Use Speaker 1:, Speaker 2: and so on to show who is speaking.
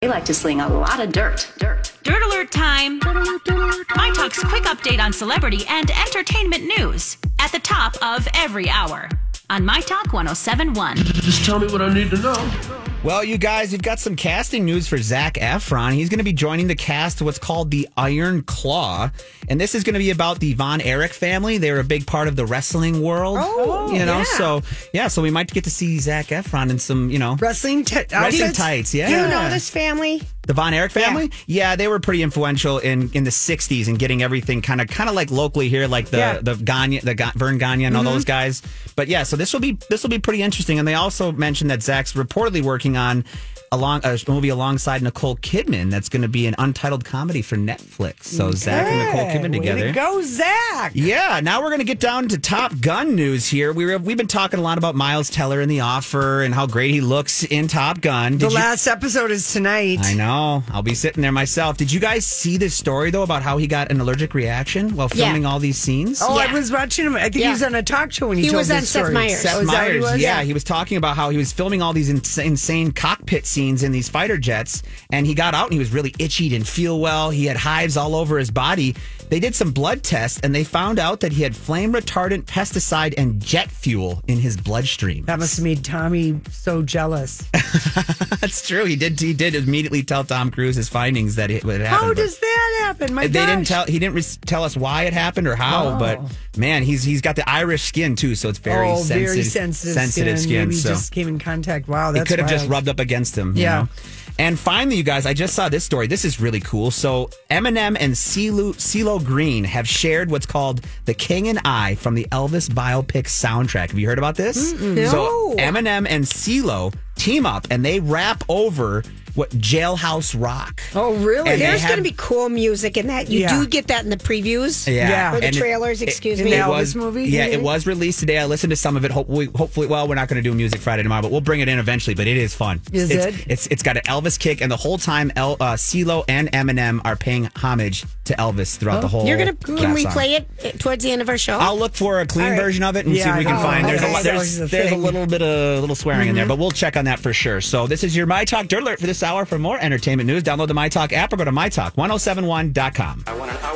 Speaker 1: They like to sling a lot of dirt, dirt.
Speaker 2: Dirt alert time! My Talk's quick update on celebrity and entertainment news at the top of every hour on My Talk 1071.
Speaker 3: Just tell me what I need to know.
Speaker 4: Well, you guys, we've got some casting news for Zach Efron. He's going to be joining the cast of what's called the Iron Claw. And this is going to be about the Von Erich family. They were a big part of the wrestling world.
Speaker 5: Oh,
Speaker 4: you know,
Speaker 5: yeah.
Speaker 4: so yeah, so we might get to see Zach Efron in some, you know,
Speaker 5: Wrestling, t-
Speaker 4: Wrestling tights, yeah.
Speaker 5: Do you know this family?
Speaker 4: the Von Erich family. Yeah, they were pretty influential in, in the 60s and getting everything kind of kind of like locally here like the
Speaker 5: Yeah. Mm-hmm.
Speaker 4: the Gagne, the Ga- Vern Gagne and all those guys. But yeah, so this will be this will be pretty interesting and they also mentioned that Zach's reportedly working on along a movie alongside Nicole Kidman that's going to be an untitled comedy for Netflix. So Zach and Nicole
Speaker 5: Hey,
Speaker 4: Kidman
Speaker 5: way
Speaker 4: together.
Speaker 5: to go, Zach.
Speaker 4: Yeah, now we're going to get down to Top Gun news here. We were, we've been talking a lot about Miles Teller and the offer and how great he looks in Top Gun.
Speaker 5: The
Speaker 4: Did you-
Speaker 5: last episode is tonight.
Speaker 4: I know. I'll be sitting there myself. Did you guys see this story though about how he got an allergic reaction while
Speaker 6: Yeah.
Speaker 4: filming all these scenes?
Speaker 5: Oh, I
Speaker 6: Yeah.
Speaker 5: was watching him. I think he
Speaker 6: Yeah.
Speaker 5: was on a talk show when he,
Speaker 6: He
Speaker 5: told
Speaker 6: was
Speaker 5: this
Speaker 6: on Seth
Speaker 5: story.
Speaker 6: Meyers.
Speaker 4: Seth
Speaker 5: was that who he
Speaker 4: Meyers,
Speaker 5: was?
Speaker 4: yeah, he was talking about how he was filming all these ins- insane cockpit scenes in these fighter jets, and he got out and he was really itchy, didn't feel well. He had hives all over his body. They did some blood tests, and they found out that he had flame retardant, pesticide, and jet fuel in his bloodstream.
Speaker 5: That must have made Tommy so jealous.
Speaker 4: That's true. He did. He did immediately tell Tom Cruise his findings that it would happen.
Speaker 5: How
Speaker 4: but-
Speaker 5: does that happen? My
Speaker 4: they didn't
Speaker 5: gosh.
Speaker 4: tell he didn't res- tell us why it happened or how but man he's he's got the irish skin too so it's very
Speaker 5: oh,
Speaker 4: sensitive
Speaker 5: very sensitive,
Speaker 4: sensitive skin,
Speaker 5: Maybe
Speaker 4: so
Speaker 5: just came in contact. Wow,
Speaker 4: it
Speaker 5: that's
Speaker 4: could have just
Speaker 5: wild.
Speaker 4: rubbed up against him you
Speaker 5: Yeah.
Speaker 4: know? and finally you guys i just saw this story this is really cool so eminem and CeeLo, CeeLo green have shared what's called the king and i from the elvis biopic soundtrack have you heard about this so
Speaker 5: No.
Speaker 4: eminem and CeeLo team up and they rap over what jailhouse rock
Speaker 5: Oh, really?
Speaker 4: And they
Speaker 6: There's
Speaker 4: have-
Speaker 6: going to be cool music in that. You
Speaker 5: Yeah.
Speaker 6: do get that in the previews.
Speaker 4: Yeah.
Speaker 5: Yeah.
Speaker 6: Or the
Speaker 4: And it-
Speaker 6: trailers, excuse
Speaker 5: in
Speaker 6: me.
Speaker 5: the
Speaker 4: it
Speaker 5: Elvis
Speaker 4: was
Speaker 5: movie?
Speaker 4: Yeah, it
Speaker 5: Mhm.
Speaker 4: was released today. I listened to some of it. Hopefully, hopefully, well, we're not going to do Music Friday tomorrow, but we'll bring it in eventually. But it is fun.
Speaker 5: Is
Speaker 4: it's,
Speaker 5: it?
Speaker 4: It's it's got an Elvis kick, and the whole time, El, uh, CeeLo and Eminem are paying homage to Elvis throughout the whole.
Speaker 6: You're going to
Speaker 4: rap song.
Speaker 6: can replay it uh, towards the end of our show.
Speaker 4: I'll look for a clean
Speaker 6: All right.
Speaker 4: version of it and see
Speaker 5: Yeah,
Speaker 4: if we can
Speaker 5: oh,
Speaker 4: find. There's a
Speaker 5: okay.
Speaker 4: lot,
Speaker 5: That
Speaker 4: there's
Speaker 5: was the
Speaker 4: there's a
Speaker 5: thing.
Speaker 4: little bit of little swearing in there, but we'll check on that for sure. So this is your My Talk oh Dirt Alert for this hour. For more entertainment news, download the My Talk app or go to mytalk1071.com.